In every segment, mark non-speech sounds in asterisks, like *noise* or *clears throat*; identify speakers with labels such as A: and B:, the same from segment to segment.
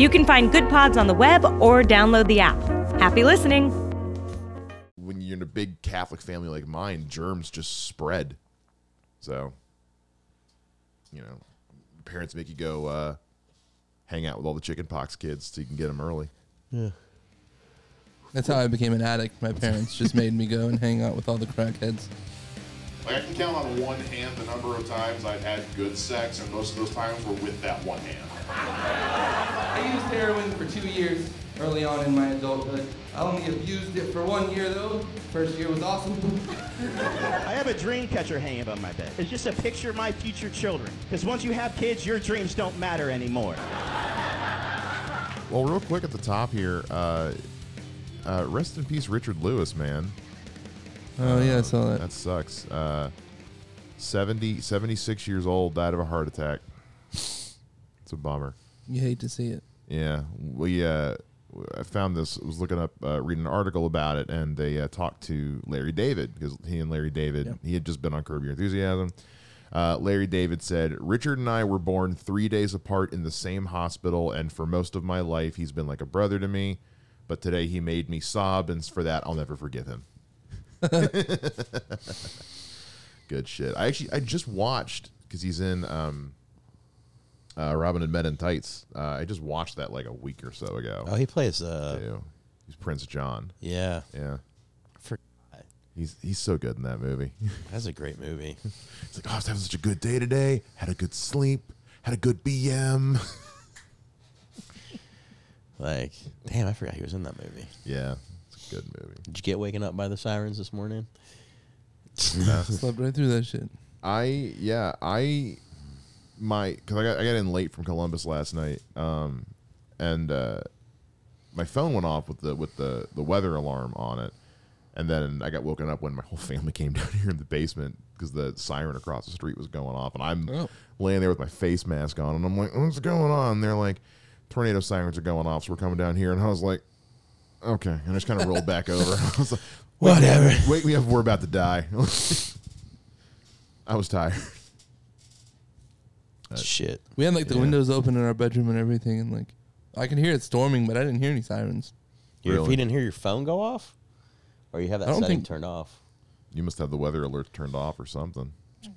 A: You can find Good Pods on the web or download the app. Happy listening!
B: when you're in a big Catholic family like mine, germs just spread. So, you know, parents make you go uh, hang out with all the chicken pox kids so you can get them early.
C: That's how I became an addict. My parents just made me go and hang out with all the crackheads.
D: Like I can count on one hand the number of times I've had good sex, and most of those times were with that one hand.
C: I used heroin for two years early on in my adulthood. I only abused it for one year though. First year was awesome.
E: I have a dream catcher hanging above my bed. It's just a picture of my future children. Because once you have kids, your dreams don't matter anymore.
B: Well, real quick at the top here, uh, uh, rest in peace, Richard Lewis, man.
C: Oh yeah, I saw that.
B: That sucks. Uh, 70, 76 years old, died of a heart attack. It's a bummer.
C: You hate to see it.
B: Yeah, we. Uh, I found this. Was looking up, uh, reading an article about it, and they uh, talked to Larry David because he and Larry David,
C: Yep.
B: he had just been on Curb Your Enthusiasm. Uh, Larry David said, "Richard and I were born three days apart in the same hospital, and for most of my life, he's been like a brother to me. But today, he made me sob, and for that, I'll never forgive him." *laughs* Good shit. I actually, I just watched because he's in. Um, uh, Robin and Men in Tights. Uh, I just watched that like a week or so ago.
F: Oh, he plays. Uh,
B: too. He's Prince John.
F: yeah,
B: Yeah,
F: For-
B: he's he's so good in that movie. *laughs*
F: that's a great movie.
B: It's like, oh, I was having such a good day today. Had a good sleep. Had a good *laughs* BM.
F: Like, damn, I forgot he was in that movie.
B: yeah, it's a good movie.
F: Did you get waken up by the sirens this morning? *laughs*
C: Slept right through that shit.
B: I yeah I my because I got I got in late from Columbus last night, um, and uh, my phone went off with the with the the weather alarm on it, and then I got woken up when my whole *laughs* family came down here in the basement because the siren across the street was going off, and I'm
C: Oh.
B: laying there with my face mask on, and I'm like, what's going on? And they're like, tornado sirens are going off, so we're coming down here, and I was like, okay, and I just kind of rolled back over. *laughs* I was like, wake me up-
F: Whatever.
B: Wake me up, we're about to die. *laughs* I was tired.
F: Shit.
C: We had like the
B: Yeah.
C: windows open in our bedroom and everything, and like I can hear it storming, but I didn't hear any sirens.
F: Your- If
B: Really?
F: you didn't hear your phone go off, or you have that
C: I don't
F: setting
C: think-
F: turned off.
B: You must have the weather alert turned off or something.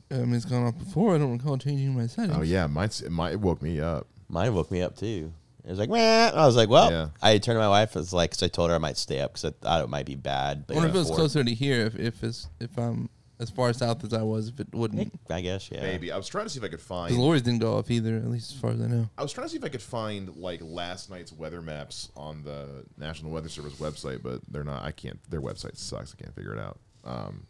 C: I mean, it's gone off before. I don't recall changing my settings.
B: Oh yeah, mine's, my it woke me up.
F: Mine woke me up too. It was like, Wah. I was like, well,
B: Yeah.
F: I turned to my wife. It's like, because I told her I might stay up because I thought it might be bad.
C: I
F: But
C: wonder if it was
F: before-
C: closer to here. If if it's, if I'm as far south as I was, if it wouldn't,
F: I guess, yeah.
B: Maybe I was trying to see if I could
C: the
B: find.
C: lorries didn't go off either. At least as far as I know.
B: I was trying to see if I could find like last night's weather maps on the National Weather Service website, but they're not. I can't. Their website sucks. I can't figure it out. Um,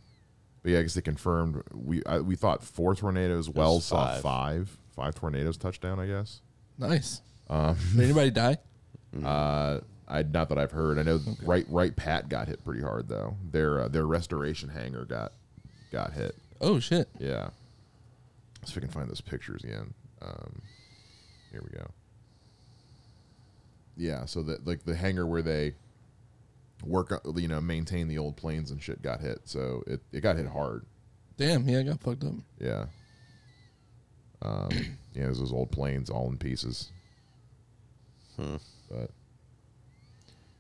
B: but yeah, I guess they confirmed we I, we thought four tornadoes. Wells saw
F: five.
B: five, five tornadoes touchdown. I guess.
C: Nice.
B: Um, *laughs*
C: Did anybody die?
B: Uh, I not that I've heard. I know right right Pat got hit pretty hard though. Their uh, their restoration hangar got got hit.
C: Oh shit.
B: Yeah. Let's see if we can find those pictures again. Um, here we go. Yeah, so that like the hangar where they work, o- you know, maintain the old planes and shit got hit. So it, it got hit hard.
C: Damn. Yeah, I got fucked up.
B: Yeah. Um, *clears throat* yeah, there's those old planes all in pieces. But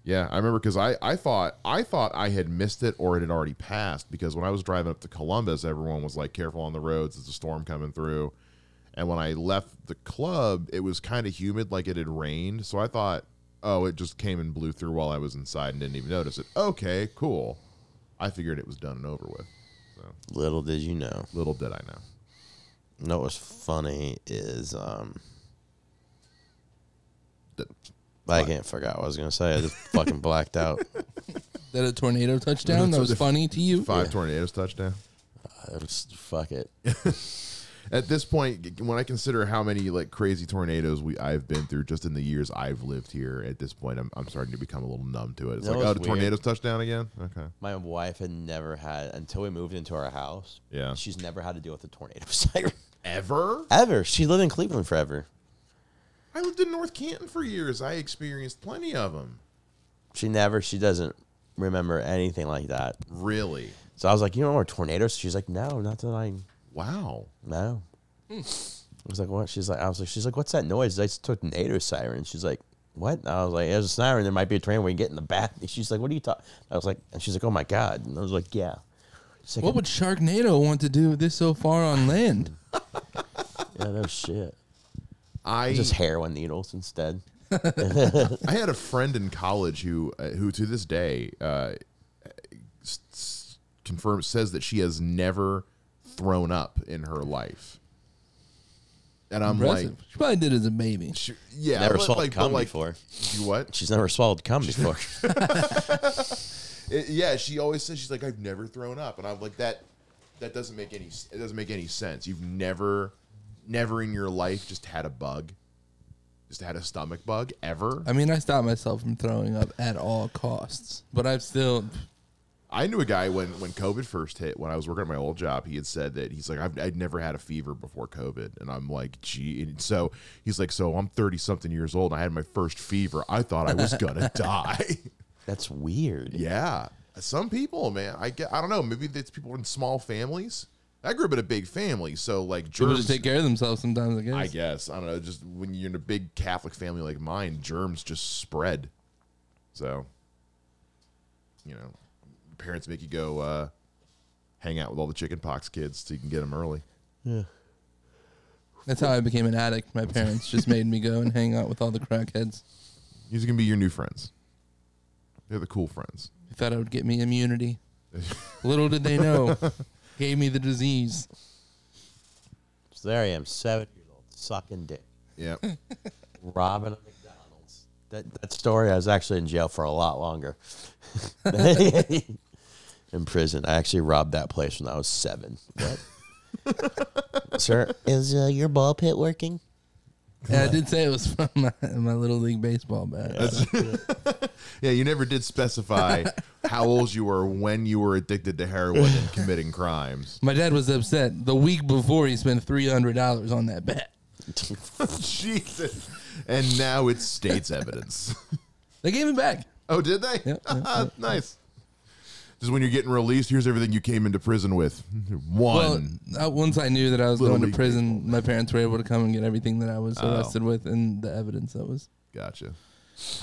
B: yeah, I remember because I, I thought I thought I had missed it or it had already passed because when I was driving up to Columbus, everyone was like, "Careful on the roads, there's a storm coming through." And when I left the club, it was kind of humid, like it had rained. So I thought, "Oh, it just came and blew through while I was inside and didn't even notice it." Okay, cool. I figured it was done and over with.
F: Little did you know.
B: Little did I know.
F: You know what was funny is, um,
B: That-
F: I can't forgot what I was going to say. I just fucking blacked out.
C: That a
B: *laughs*
C: tornado touchdown? That was funny to you?
B: Five tornadoes touchdown.
F: I was- fuck it.
B: at this point, when I consider how many like crazy tornadoes we I've been through just in the years I've lived here, at this point, I'm, I'm starting to become a little numb to it. It's
F: You know
B: like, oh,
F: what's
B: the
F: weird?
B: tornadoes touchdown again. Okay,
F: My wife had never had until we moved into our house.
B: Yeah.
F: she's never had to deal with a tornado *laughs* siren
B: ever?
F: ever. She lived in Cleveland forever.
B: I lived in North Canton for years. I experienced plenty of them.
F: She never. She doesn't remember anything like that.
B: Really?
F: So I was like, you know, are tornadoes? She's like, no, not that I
B: Wow.
F: know. I was like, what? She's like, I was like, she's like, what's that noise? I took tornado siren. She's like, what? And I was like, there's a siren. There might be a train. We can get in the back. And she's like, what are you talking? I was like, and she's like, oh my god. And I was like, yeah. She's like,
G: What would Sharknado want to do with this so far on land?
F: yeah, no shit.
B: I
F: Just heroin needles instead.
B: I had a friend in college who uh, who to this day uh, s- s- confirms says that she has never thrown up in her life, and I'm
G: Impressive.
B: like,
G: She probably did as a baby.
B: sh- yeah,
F: Never
B: but
F: swallowed
B: like, but
F: cum
B: like,
F: before.
B: You what?
F: She's never swallowed cum before.
B: It- yeah, she always says she's like, I've never thrown up, and I'm like that. That doesn't make any. s- It doesn't make any sense. You've never, never in your life just had a bug, just had a stomach bug ever.
G: I mean, I stopped myself from throwing up at all costs, but I've still.
B: I knew a guy when when COVID first hit. When I was working at my old job, he had said that he's like I've, I'd never had a fever before COVID, and I'm like, gee. And so he's like, so I'm thirty something years old. And I had my first fever. I thought I was gonna *laughs* die.
F: That's weird.
B: yeah, some people, man. I get. I don't know. Maybe it's people in small families. I grew up in a big family, so like
G: People
B: germs.
G: just take care of themselves sometimes, I guess.
B: I guess I don't know. Just when you're in a big Catholic family like mine, germs just spread. So, you know, parents make you go uh, hang out with all the chicken pox kids so you can get them early.
G: That's how I became an addict. My parents just made me go and hang out with all the crackheads.
B: These are gonna be your new friends. They're the cool friends.
G: They thought it would get me
B: *laughs*
G: immunity. Little did they know, gave me the disease.
F: So there I am, seven years old, sucking dick,
B: Yeah,
F: robbing a McDonald's. That that story, I was actually in jail for a lot longer. in prison, I actually robbed that place when I was seven. What? *laughs* Sir, is uh, your ball pit working?
G: Yeah, I did say it was from my, my little league baseball bat.
B: *laughs* yeah. You never did specify how old you were when you were addicted to heroin and committing crimes.
G: My dad was upset the week before he spent three hundred dollars on that bat.
B: *laughs* Jesus. And now it's state's evidence. *laughs*
G: They gave it back.
B: Oh, did they? *laughs*
G: Yep, yep, yep.
B: nice. Just when you're getting released, here's everything you came into prison with. *laughs*
G: Well,
B: One.
G: uh, once I knew that I was
B: Little
G: going to
B: league
G: prison, my parents were able to come and get everything that I was
B: Oh.
G: arrested with and the evidence that was.
B: gotcha.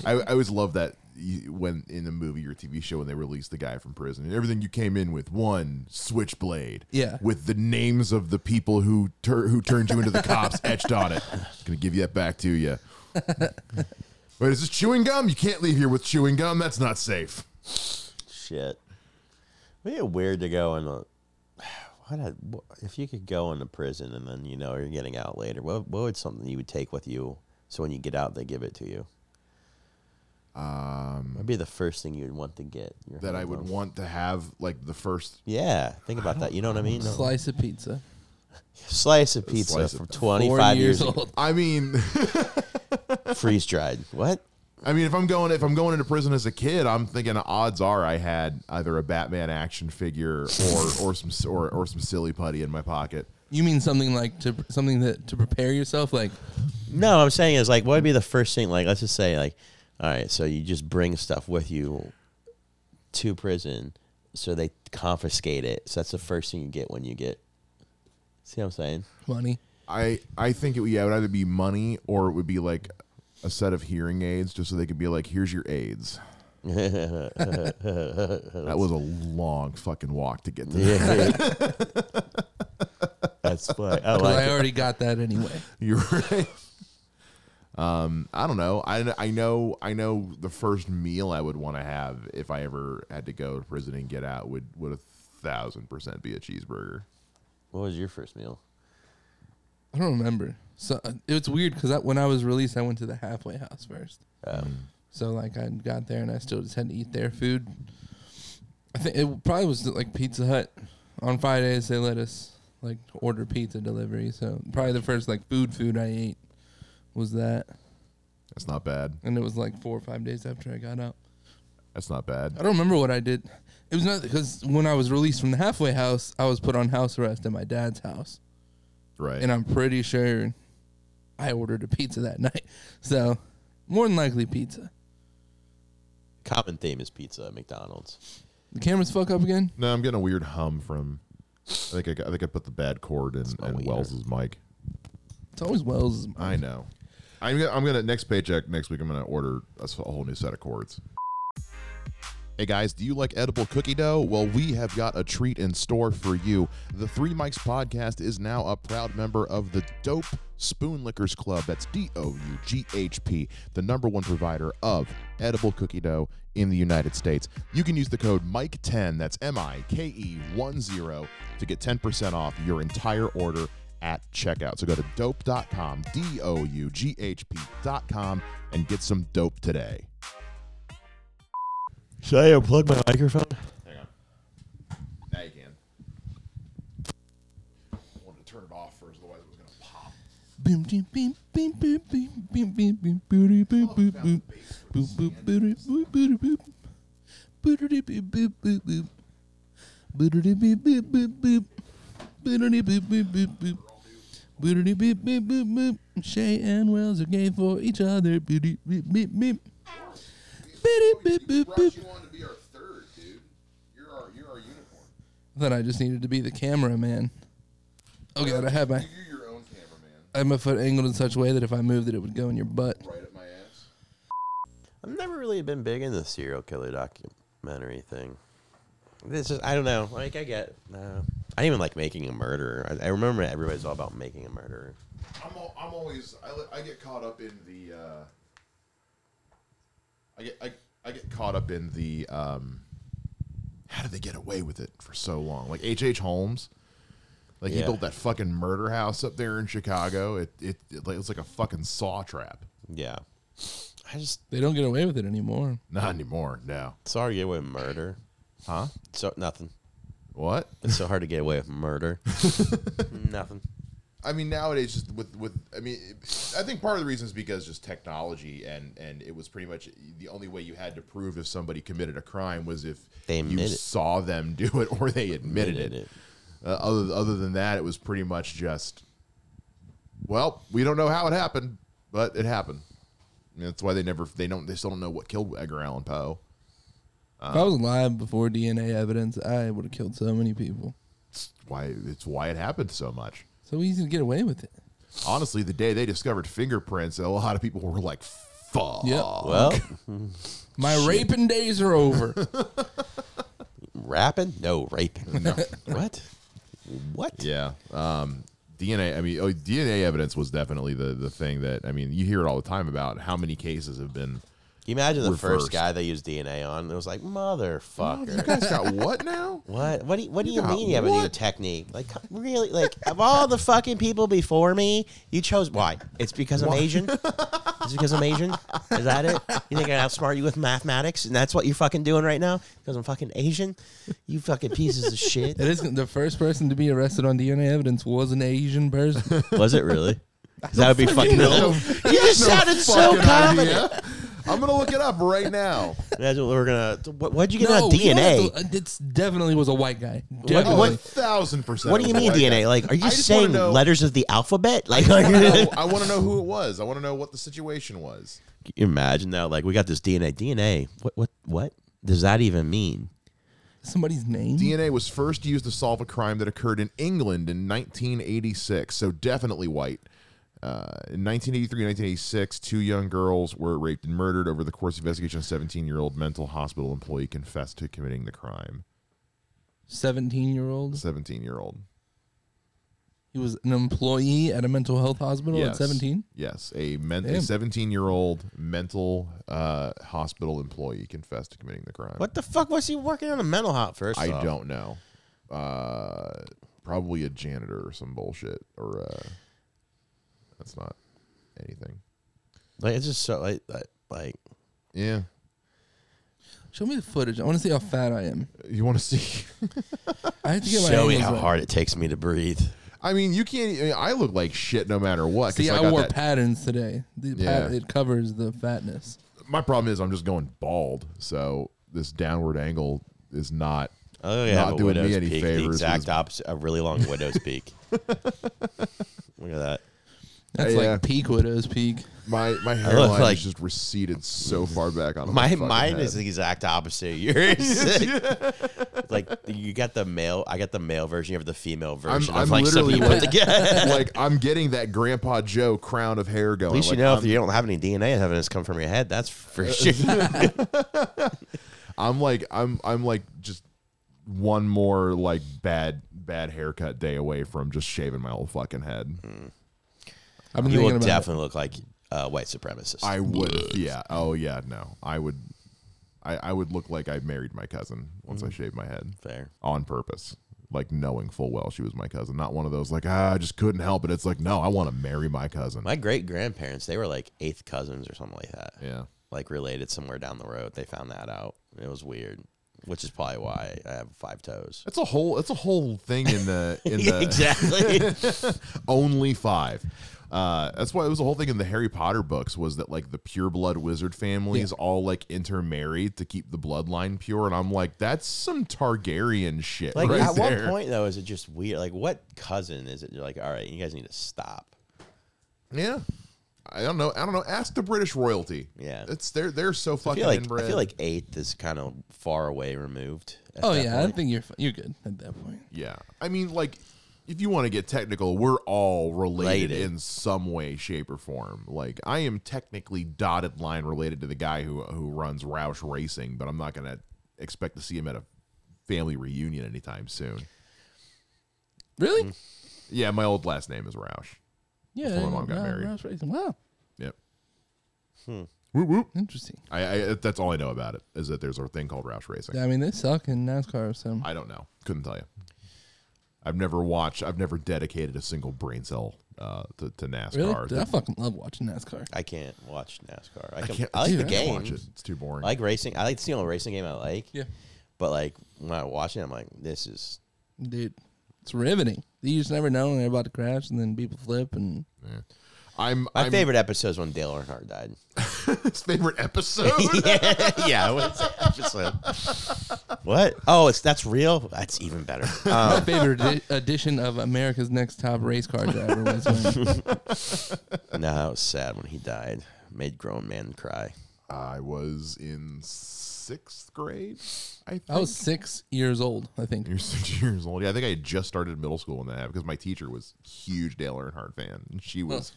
B: I, I always love that you, when in a movie or TV show when they release the guy from prison and everything you came in with one switchblade.
G: Yeah.
B: With the names of the people who tur- who turned you into the cops *laughs* etched on it. Gonna give you that back to you. *laughs* Wait, is this chewing gum? You can't leave here with chewing gum. That's not safe.
F: Shit. Would it weird to go in a. *sighs* What a, wh- if you could go into prison and then you know you're getting out later, what what would something you would take with you so when you get out they give it to you? Um, would be the first thing you'd want to get. your
B: That I
F: hands
B: would
F: on?
B: want to have like the first
F: Yeah, think about that. You know what I mean? Slice,
G: Slice of pizza.
F: of pizza
B: slice of-
F: from
G: Four
F: 25
G: years
F: years,
G: old.
B: I mean *laughs*
F: *laughs* ago, freeze dried. What?
B: I mean, if I'm going if I'm going into prison as a kid, I'm thinking odds are I had either a Batman action figure or or some or, or some silly putty in my pocket.
G: You mean something like to something that to prepare yourself? Like
F: No, I'm saying is like what would be the first thing? Like let's just say like, all right, so you just bring stuff with you to prison, so they confiscate it. So that's the first thing you get when you get. See what I'm *laughs* saying?
G: money.
B: I I think it would, yeah, it would either be money or it would be like a set of hearing aids just so they could be like, "Here's your aids." that was a long fucking walk to get to. that.
F: that's what I
G: 'Cause
F: like.
G: I
F: it.
G: already got that anyway.
B: You're *laughs* right. Um, I don't know. I, I know I know the first meal I would want to have if I ever had to go to prison and get out would would a thousand percent be a cheeseburger.
F: What was your first meal?
G: *laughs* I don't remember. So uh, it's weird because I, when I was released, I went to the halfway house first.
F: Um,
G: So like I got there and I still just had to eat their food. I think it probably was like Pizza Hut. On Fridays they let us like to order pizza delivery. So probably the first like food food I ate was that,
B: That's not bad.
G: and it was like four or five days after I got up.
B: That's not bad.
G: I don't remember what I did. It was not because when I was released from the halfway house, I was put on house arrest at my dad's house,
B: Right.
G: and I'm pretty sure I ordered a pizza that *laughs* night. So more than likely pizza.
F: Common theme is pizza at McDonald's.
G: The cameras fuck up again.
B: no, I'm getting a weird hum from. I think I, got- I think I put the bad cord in,
F: my
B: in
F: wiener.
B: Wells's mic.
G: It's always Wells.
B: I know. I'm gonna, I'm gonna next paycheck next week. I'm gonna order a, s- a whole new set of cords. Hey guys, do you like edible cookie dough? Well, we have got a treat in store for you. The Three Mics Podcast is now a proud member of the Dope Spoon Lickers Club. That's D O U G H P, the number one provider of edible cookie dough in the United States. You can use the code MIKE10, that's M I K E 1 0, to get 10% off your entire order at checkout. So go to dope.com, D O U G H P.com, and get some dope today.
F: Should I unplug my microphone?
B: Hang on. Now you can. I wanted to turn it off first, otherwise it was gonna pop.
G: Boom, dee, beep, beep, beep, beep, beep, beep, beep, booty, boop, boop, boop. Boop, boop, booty, boop, booty, boop. Bootity, boop, boop, boop, boop. Bootity, boop, boop, boop, boop. Bootity, boop, boop, boop, boop. Bootity, boop, boop, boop, boop. Shay and Wells are gay for each other. Bootity, boop, boop, boop. Bootity, boop, boop, boop.
B: you on to be our third, dude. You're our you're our unicorn.
G: I thought I just needed to be the cameraman. Oh god, I have my
B: You're your own cameraman.
G: I have my foot angled in such a way that if I moved it, it would go in your butt.
B: Right up my ass.
F: I've never really been big in the serial killer documentary thing. This is I don't know. Like I get, no. I didn't even like making a murderer. I, I remember everybody's all about making a murderer.
B: I'm al- I'm always I, li- I get caught up in the uh, I get I, I get caught up in the um, how did they get away with it for so long? Like H H Holmes, like he
F: Yeah.
B: built that fucking murder house up there in Chicago. It it, it like- it's like a fucking saw trap.
F: Yeah, I just
G: They don't get away with it anymore.
B: Not anymore. No.
F: it's hard to get away with murder.
B: Huh?
F: So nothing.
B: What?
F: It's so hard to get away
B: *laughs*
F: with murder. nothing.
B: I mean, nowadays, just with with I mean, it- I think part of the reason is because just technology and and it was pretty much the only way you had to prove if somebody committed a crime was if
F: They
B: you
F: admit it.
B: saw them *laughs* do it or they admitted,
F: Admitted
B: it.
F: it.
B: Uh, other other than that, it was pretty much just, well, we don't know how it happened, but it happened. I mean, that's why they never they don't they still don't know what killed Edgar Allan Poe.
G: if
F: Uh.
G: I was alive before DNA evidence, I would have killed so many people.
B: It's why it's why it happened so much.
G: So easy to get away with it.
B: Honestly, the day they discovered fingerprints, a lot of people were like, "Fuck."
G: Yep.
F: Well,
G: My raping days are over. *laughs*
F: rapping? No, raping. what? What?
B: Yeah. Um, DNA. I mean, oh, DNA evidence was definitely the the thing that I mean. You hear it all the time about how many cases have been.
F: Can you imagine the
B: Reversed.
F: first guy they used DNA on? It was like motherfucker.
B: guys
F: *laughs*
B: got what now?
F: What? What do you, what do you
B: got
F: mean you have a new
B: what?
F: technique? Like co- really? Like of all the fucking people before me, you chose why? It's because I'm Asian. It's because I'm Asian. Is that it? You think I outsmart you with mathematics, and that's what you're fucking doing right now? Because I'm fucking Asian. You fucking pieces of shit.
G: it is the first person to be arrested on DNA evidence was an
F: *laughs*
G: Asian person.
F: Was it really? That would be
B: *laughs*
F: fucking.
B: know.
F: You just sounded so
B: Fucking
F: confident.
B: idea. I'm gonna look it up right now.
F: That's what we're gonna. What, what'd you get on
G: you don't have
F: DNA?
G: to- it definitely was a white guy.
B: Oh,
G: Definitely.
F: *laughs* What-
B: a thousand percent.
F: What do you
B: was
F: mean
B: a white
F: DNA?
B: guy.
F: Like, are you
B: I
F: just
B: just wanna
F: saying
B: know-
F: letters of the
B: *laughs*
F: alphabet? Like, are
B: I
F: you,
B: know-
F: *laughs*
B: I want to know who it was. I want to know what the situation was.
F: Can you imagine that? Like, we got this DNA. DNA. What? What? What does that even mean?
G: Somebody's name?
B: DNA was first used to solve a crime that occurred in England in 1986, so definitely white. Uh, in 1983 and 1986, two young girls were raped and murdered. Over the course of investigation, a 17 year old mental hospital employee confessed to committing the crime.
G: 17 year old.
B: 17 year old.
G: He was an employee at a mental health hospital Oh, at 17.
B: Yes. A, men- a
G: Damn.
B: 17 year old mental uh, hospital employee confessed to committing the crime.
F: What the fuck was he working on a mental hot first?
B: I
F: off?
B: don't know. Uh, probably a janitor or some bullshit. Or uh, that's not anything.
F: Like, it's just so like, like, like
B: Yeah.
G: Show me the footage. I want to see how fat I am.
B: You want to see? *laughs*
G: I have to get my
F: Show me
G: angles
F: how
G: right.
F: hard it takes me to breathe.
B: I mean, you can't. I, mean, I look like shit no matter what. 'cause
G: See, I,
B: got
G: wore
B: that-
G: patterns today. The pat-
B: Yeah.
G: it covers the fatness.
B: my problem is I'm just going bald, so this downward angle is not.
F: Oh yeah,
B: not doing me any
F: peak,
B: favors.
F: The exact
B: because-
F: opposite. A really long widow's
B: *laughs*
F: peak. Look at that.
G: That's
B: Yeah, yeah.
G: like peak widow's peak.
B: My
F: *laughs*
B: my hairline
F: like-
B: is just receded so far back on
F: My
B: fucking
F: mine
B: head.
F: is *laughs* the exact opposite. of Yours,
B: *laughs*
F: like you got the male. I got the male version. You have the female version
B: I'm
F: of like something you
B: literally
F: *laughs*
B: *laughs*
F: put
B: *laughs*
F: together.
B: like I'm getting that Grandpa Joe crown of hair going.
F: At least
B: like,
F: you know if
B: I'm,
F: you don't have any DNA evidence come from your head. That's for
B: Uh,
F: sure.
B: *laughs* I'm like I'm I'm like just one more like bad bad haircut day away from just shaving my whole fucking head.
G: I've been
F: you
G: thinking
F: will
G: about
F: definitely look like a white supremacist.
B: I would. Yeah. Oh yeah. No. I would. I, I would look like I married my cousin once I shaved my head
F: Fair.
B: on purpose, like knowing full well she was my cousin. Not one of those like ah, I just couldn't help it. It's like no, I want to marry my cousin.
F: My great grandparents, they were like eighth cousins or something like that.
B: yeah.
F: Like related somewhere down the road. They found that out. It was weird, which is probably why I have
B: *laughs*
F: five toes.
B: That's a whole. That's a whole thing in the in the
F: exactly.
B: only five. Uh, that's why it was the whole thing in the Harry Potter books was that like the pure blood wizard families all like intermarried to keep the bloodline pure, and I'm like, that's some Targaryen shit.
F: *laughs* Like
B: right
F: at
B: there.
F: what point though is it just weird? Like what cousin is it? You're like, all right, you guys need to stop.
B: Yeah. I don't know. I don't know. Ask the British royalty.
F: Yeah.
B: it's they're they're so
F: I
B: fucking
F: feel like
B: inbred.
F: I feel like eighth is kind of far away removed. at
G: Oh
F: that
G: yeah, I
F: point.
G: think you're fi- you're good at that point.
B: yeah. I mean, like if you want to get technical, we're all related,
F: Related.
B: in some way, shape, or form. Like I am technically dotted line related to the guy who who runs Roush Racing, but I'm not gonna expect to see him at a family reunion anytime soon.
G: Really?
B: Yeah, my old last name is Roush.
G: Yeah.
B: Before my
G: I
B: mom got
G: know. Wow,
B: married.
G: Rouse Racing. Wow.
B: Yep.
G: Interesting.
B: I, I that's all I know about it is that there's a thing called Roush Racing.
G: Yeah, I mean, they suck in NASCAR, so
B: I don't know. Couldn't tell you. I've never watched. I've never dedicated a single brain cell uh, to, to NASCAR.
G: really, Dude, I
B: The-
G: fucking love watching NASCAR.
F: I can't watch NASCAR. I, can, I,
B: can't-
F: like the
B: dude, I can't
F: game.
B: watch it. It's too boring.
F: I like racing. I like it's the only racing game I like.
G: Yeah,
F: But like when I watch it, I'm like, this is
G: dude, it's riveting. You just never know when they're about to crash, and then people flip, and
B: I'm
F: my
B: I'm-
F: favorite episode is when Dale Earnhardt died.
B: His favorite
F: *laughs*
B: episode.
F: yeah, what's that episode? What? Oh, it's that's real. That's even better. Um,
G: my favorite edi- edition of America's Next Top Race Car Driver was when
F: no, it was sad when he died. Made grown men cry.
B: I was in sixth grade. I think.
G: I was six years old. I think
B: You're six years old. Yeah, I think I had just started middle school when that happened because my teacher was huge Dale Earnhardt fan, and she was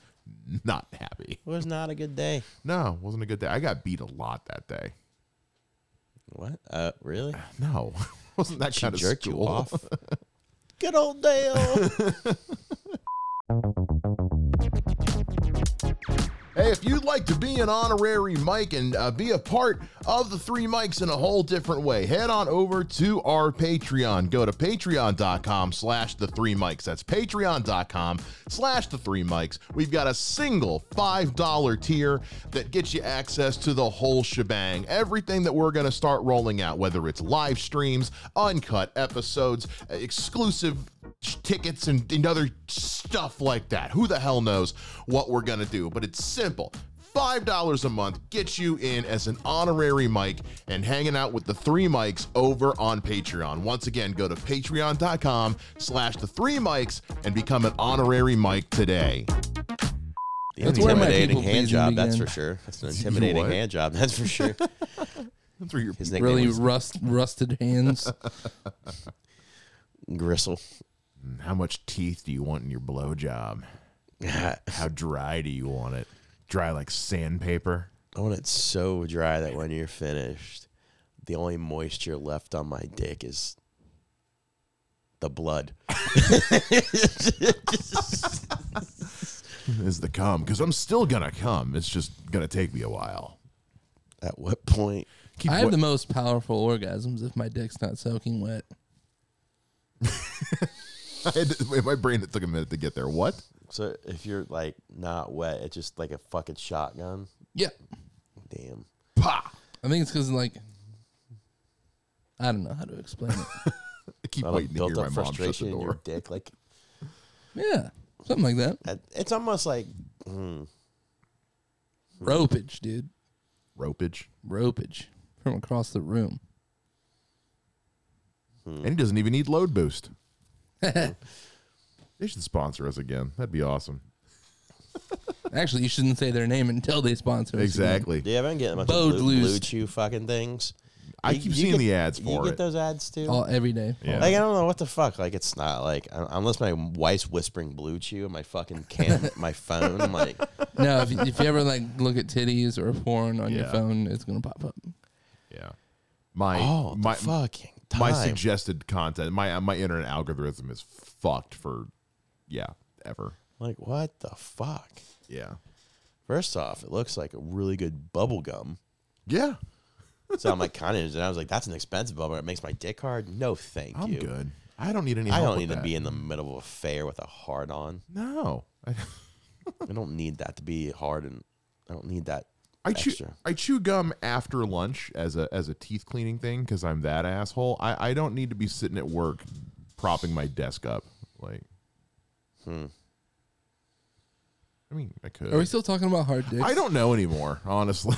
B: not happy.
F: It was not a good day.
B: No, wasn't a good day. I got beat a lot that day.
F: What? Uh, really?
B: No, *laughs* wasn't that
F: She
B: kind of
F: jerked you
B: school.
F: off. Good old Dale.
B: Hey, if you'd like to be an honorary mic and uh, be a part of the three mics in a whole different way, head on over to our Patreon. Go to patreon.com slash the three mics. That's patreon.com slash the three mics. We've got a single $5 tier that gets you access to the whole shebang. Everything that we're going to start rolling out, whether it's live streams, uncut episodes, uh, exclusive tickets and, and other stuff like that. Who the hell knows what we're gonna do? But it's simple. $5 a month gets you in as an honorary mic and hanging out with the three mics over on Patreon. Once again, go to patreon.com slash the three mics and become an honorary mic today.
F: The
G: That's where my
F: intimidating
G: people
F: hand
G: pleasing
F: job, that's for
G: began.
F: sure. That's an intimidating
B: what?
F: hand job, that's for sure.
B: That's where your
F: His nickname
G: really
F: was
G: rust rusted hands.
F: Gristle. *laughs*
B: How much teeth do you want in your blowjob?
F: I
B: How dry do you want it? Dry like sandpaper?
F: want it so dry that when you're finished, the only moisture left on my dick is the blood.
B: Is the cum? Because I'm still gonna come. It's just gonna take me a while.
F: At what point?
B: Keep
G: I have
B: wa-
G: the most powerful orgasms if my dick's not soaking wet.
B: *laughs* I had to- my brain it took a minute to get there. What?
F: So if you're like not wet, it's just like a fucking shotgun.
G: Yeah,
F: Damn.
B: Pa!
G: I think it's because like I don't know how to
B: *laughs*
G: explain it.
B: I keep
F: I like
B: waiting to
F: built
B: hear my
F: up
B: mom shut the
F: frustration in your
B: door.
F: dick. Like
G: yeah, something like that.
F: that- it's almost like
G: Ropage, dude.
B: Ropage.
G: Ropage from across the room.
F: Hmm.
B: And he doesn't even need load
F: *laughs*
B: boost. They should sponsor us again. That'd be awesome.
G: Actually, you shouldn't say their name until they sponsor. us.
B: Exactly.
F: do you ever get a bunch
G: Bode
F: of blue, blue
G: loose.
F: chew fucking things?
B: I
F: You-
B: keep
F: you
B: seeing
F: get-
B: the ads
F: You
B: for
F: get
B: it. Oh,
F: those ads too.
G: All every day.
B: Yeah.
F: Like I don't know what the fuck. Like it's not like un- unless my wife's whispering blue chew on my fucking cam, my phone. I'm like,
G: No, if you, if you ever like look at titties or porn on your
B: Yeah.
G: phone, it's gonna pop up.
B: Yeah. My
F: oh
B: my
F: my fucking time.
B: my suggested content. My my internet algorithm is fucked for yeah, ever.
F: like what the fuck?
B: Yeah.
F: First off, it looks like a really good bubble gum.
B: Yeah.
F: So I'm like kind of, and I was like, that's an expensive bubble. It makes my dick hard. No, thank
B: I'm
F: you.
B: good. I don't need any
F: I
B: help
F: don't
B: with
F: need to
B: that.
F: be in the middle of a fair with a hard on.
B: No. I,
F: I don't need that to be hard, and I don't need that.
B: I chew
F: Extra.
B: I chew gum after lunch as a as a teeth cleaning thing because I'm that asshole. I, I don't need to be sitting at work propping my desk up. Like Hmm. I mean I could
G: Are we still talking about hard dicks?
B: I don't know anymore, *laughs* honestly.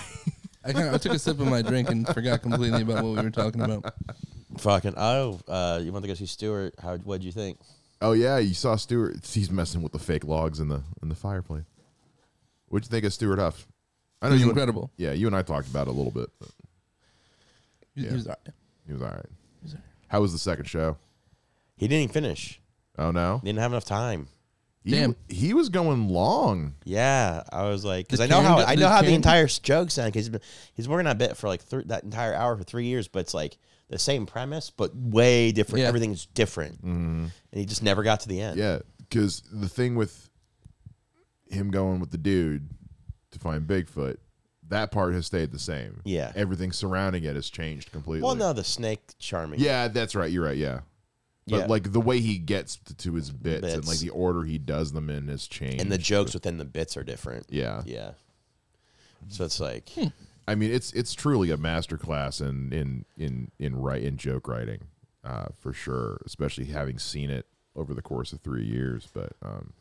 G: I kind of I took a sip of my drink and forgot completely about what we were talking about.
F: Fucking oh, uh, you want to go see Stuart? How? What'd you think?
B: oh yeah, you saw Stuart he's messing with the fake logs in the in the fireplace. What'd you think of Stuart Huff? I
G: He's
B: you
G: incredible.
B: yeah, you and I talked about it a little bit. But
G: He- he
B: *laughs* Yeah.
G: was uh, all right.
B: he was all right. How was the second show?
F: He didn't even finish.
B: Oh no.
F: Didn't have enough time.
B: He-
G: Damn.
B: he was going long.
F: Yeah, I was like, because
G: The
F: I know how
G: Karen-
F: I
G: the
F: know how the
G: Karen-
F: entire s- joke sounds. Because he's been he's working on a bit for like thr that entire hour for three years, but it's like the same premise, but way different.
G: Yeah.
F: Everything's different, and he just never got to the end.
B: Mm-hmm. Yeah, because the thing with him going with the dude to find Bigfoot, that part has stayed the same.
F: Yeah.
B: everything surrounding it has changed completely.
F: Well, no, the snake charming.
B: Yeah, that's right. You're right. Yeah. But
F: Yeah.
B: like the way he gets to, to his bits, and
F: Bits.
B: like the order he does them in has changed.
F: and the jokes within the bits are different.
B: Yeah. Hmm.
F: yeah. So it's like,
B: I mean, it's it's truly a masterclass in in in in write in joke writing, uh, for sure. Especially having seen it over the course of three years. But um,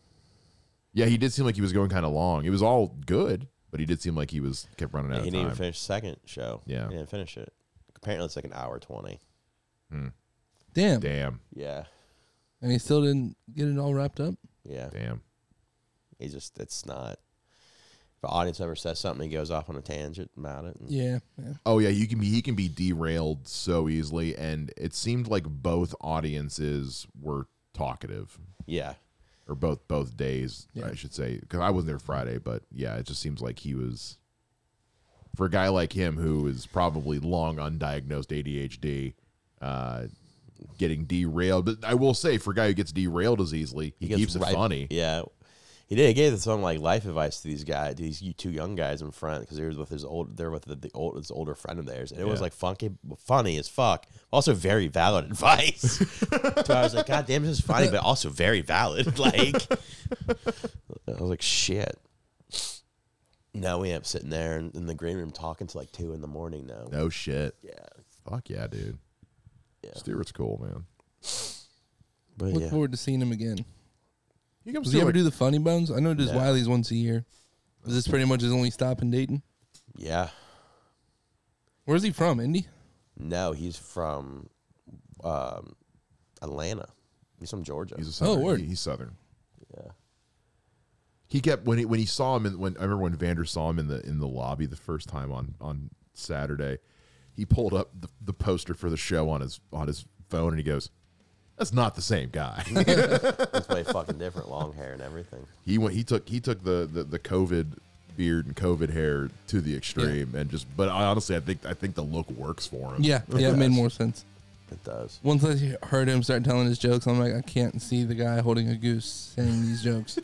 B: yeah, he did seem like he was going kind of long. It was all good, but he did seem like he was kept running out
F: he
B: of
F: didn't even
B: time.
F: finish the second show.
B: Yeah.
F: he didn't finish it. Apparently, it's like an hour twenty.
G: Damn.
B: Damn,
F: Yeah,
G: And he still didn't get it all wrapped up.
F: yeah.
B: damn.
F: He just it's not. If an audience member says something, he goes off on a tangent about it. and-
G: Yeah. yeah.
B: Oh yeah, you can be he can be derailed so easily, and it seemed like both audiences were talkative.
F: yeah.
B: or both both days,
G: Yeah.
B: I should say, because I wasn't there Friday, but yeah, it just seems like he was for a guy like him who is probably long undiagnosed ADHD, uh, getting derailed. But I will say, for a guy who gets derailed as easily, he,
F: gets
B: keeps it
F: right-
B: funny.
F: Yeah, he did. He gave some like life advice to these guys, to these you- two young guys in front, because they were with his old, they're with the, the old, his older friend of theirs, and it was
B: Yeah.
F: like funky, funny as fuck. Also very valid
B: *laughs*
F: *laughs* advice. so I was like, God damn, this is funny, but also very valid. *laughs* Like, I was like, shit. Now we end up sitting there in, in the green room talking till like two in the morning. Now,
B: No shit.
F: yeah,
B: Fuck yeah, dude.
F: Yeah.
B: Stewart's cool, man.
F: but
G: Look
F: yeah,
G: forward to seeing him again.
B: He comes
G: Does
B: to
G: he ever
B: like-
G: do the funny bones? I know he does
F: No.
G: Wiley's once a year. Is this pretty much his only stop in Dayton?
F: yeah.
G: Where's he from? Indy?
F: No, he's from um, Atlanta. He's from Georgia.
B: He's a southern.
G: Oh, word.
B: he- he's southern.
F: Yeah.
B: He kept when he when he saw him in, when I remember when Vander saw him in the in the lobby the first time on on Saturday, he pulled up the, the poster for the show on his on his phone and he goes, "That's not the same guy."
F: It's way fucking different. Long hair and everything.
B: *laughs* he went he took he took the, the the COVID beard and COVID hair to the extreme and just but I, honestly I think I think the look works for him.
G: Yeah. Yeah, it made more sense.
F: It does.
G: Once I heard him start telling his jokes, I'm like, I can't see the guy holding a goose saying these jokes.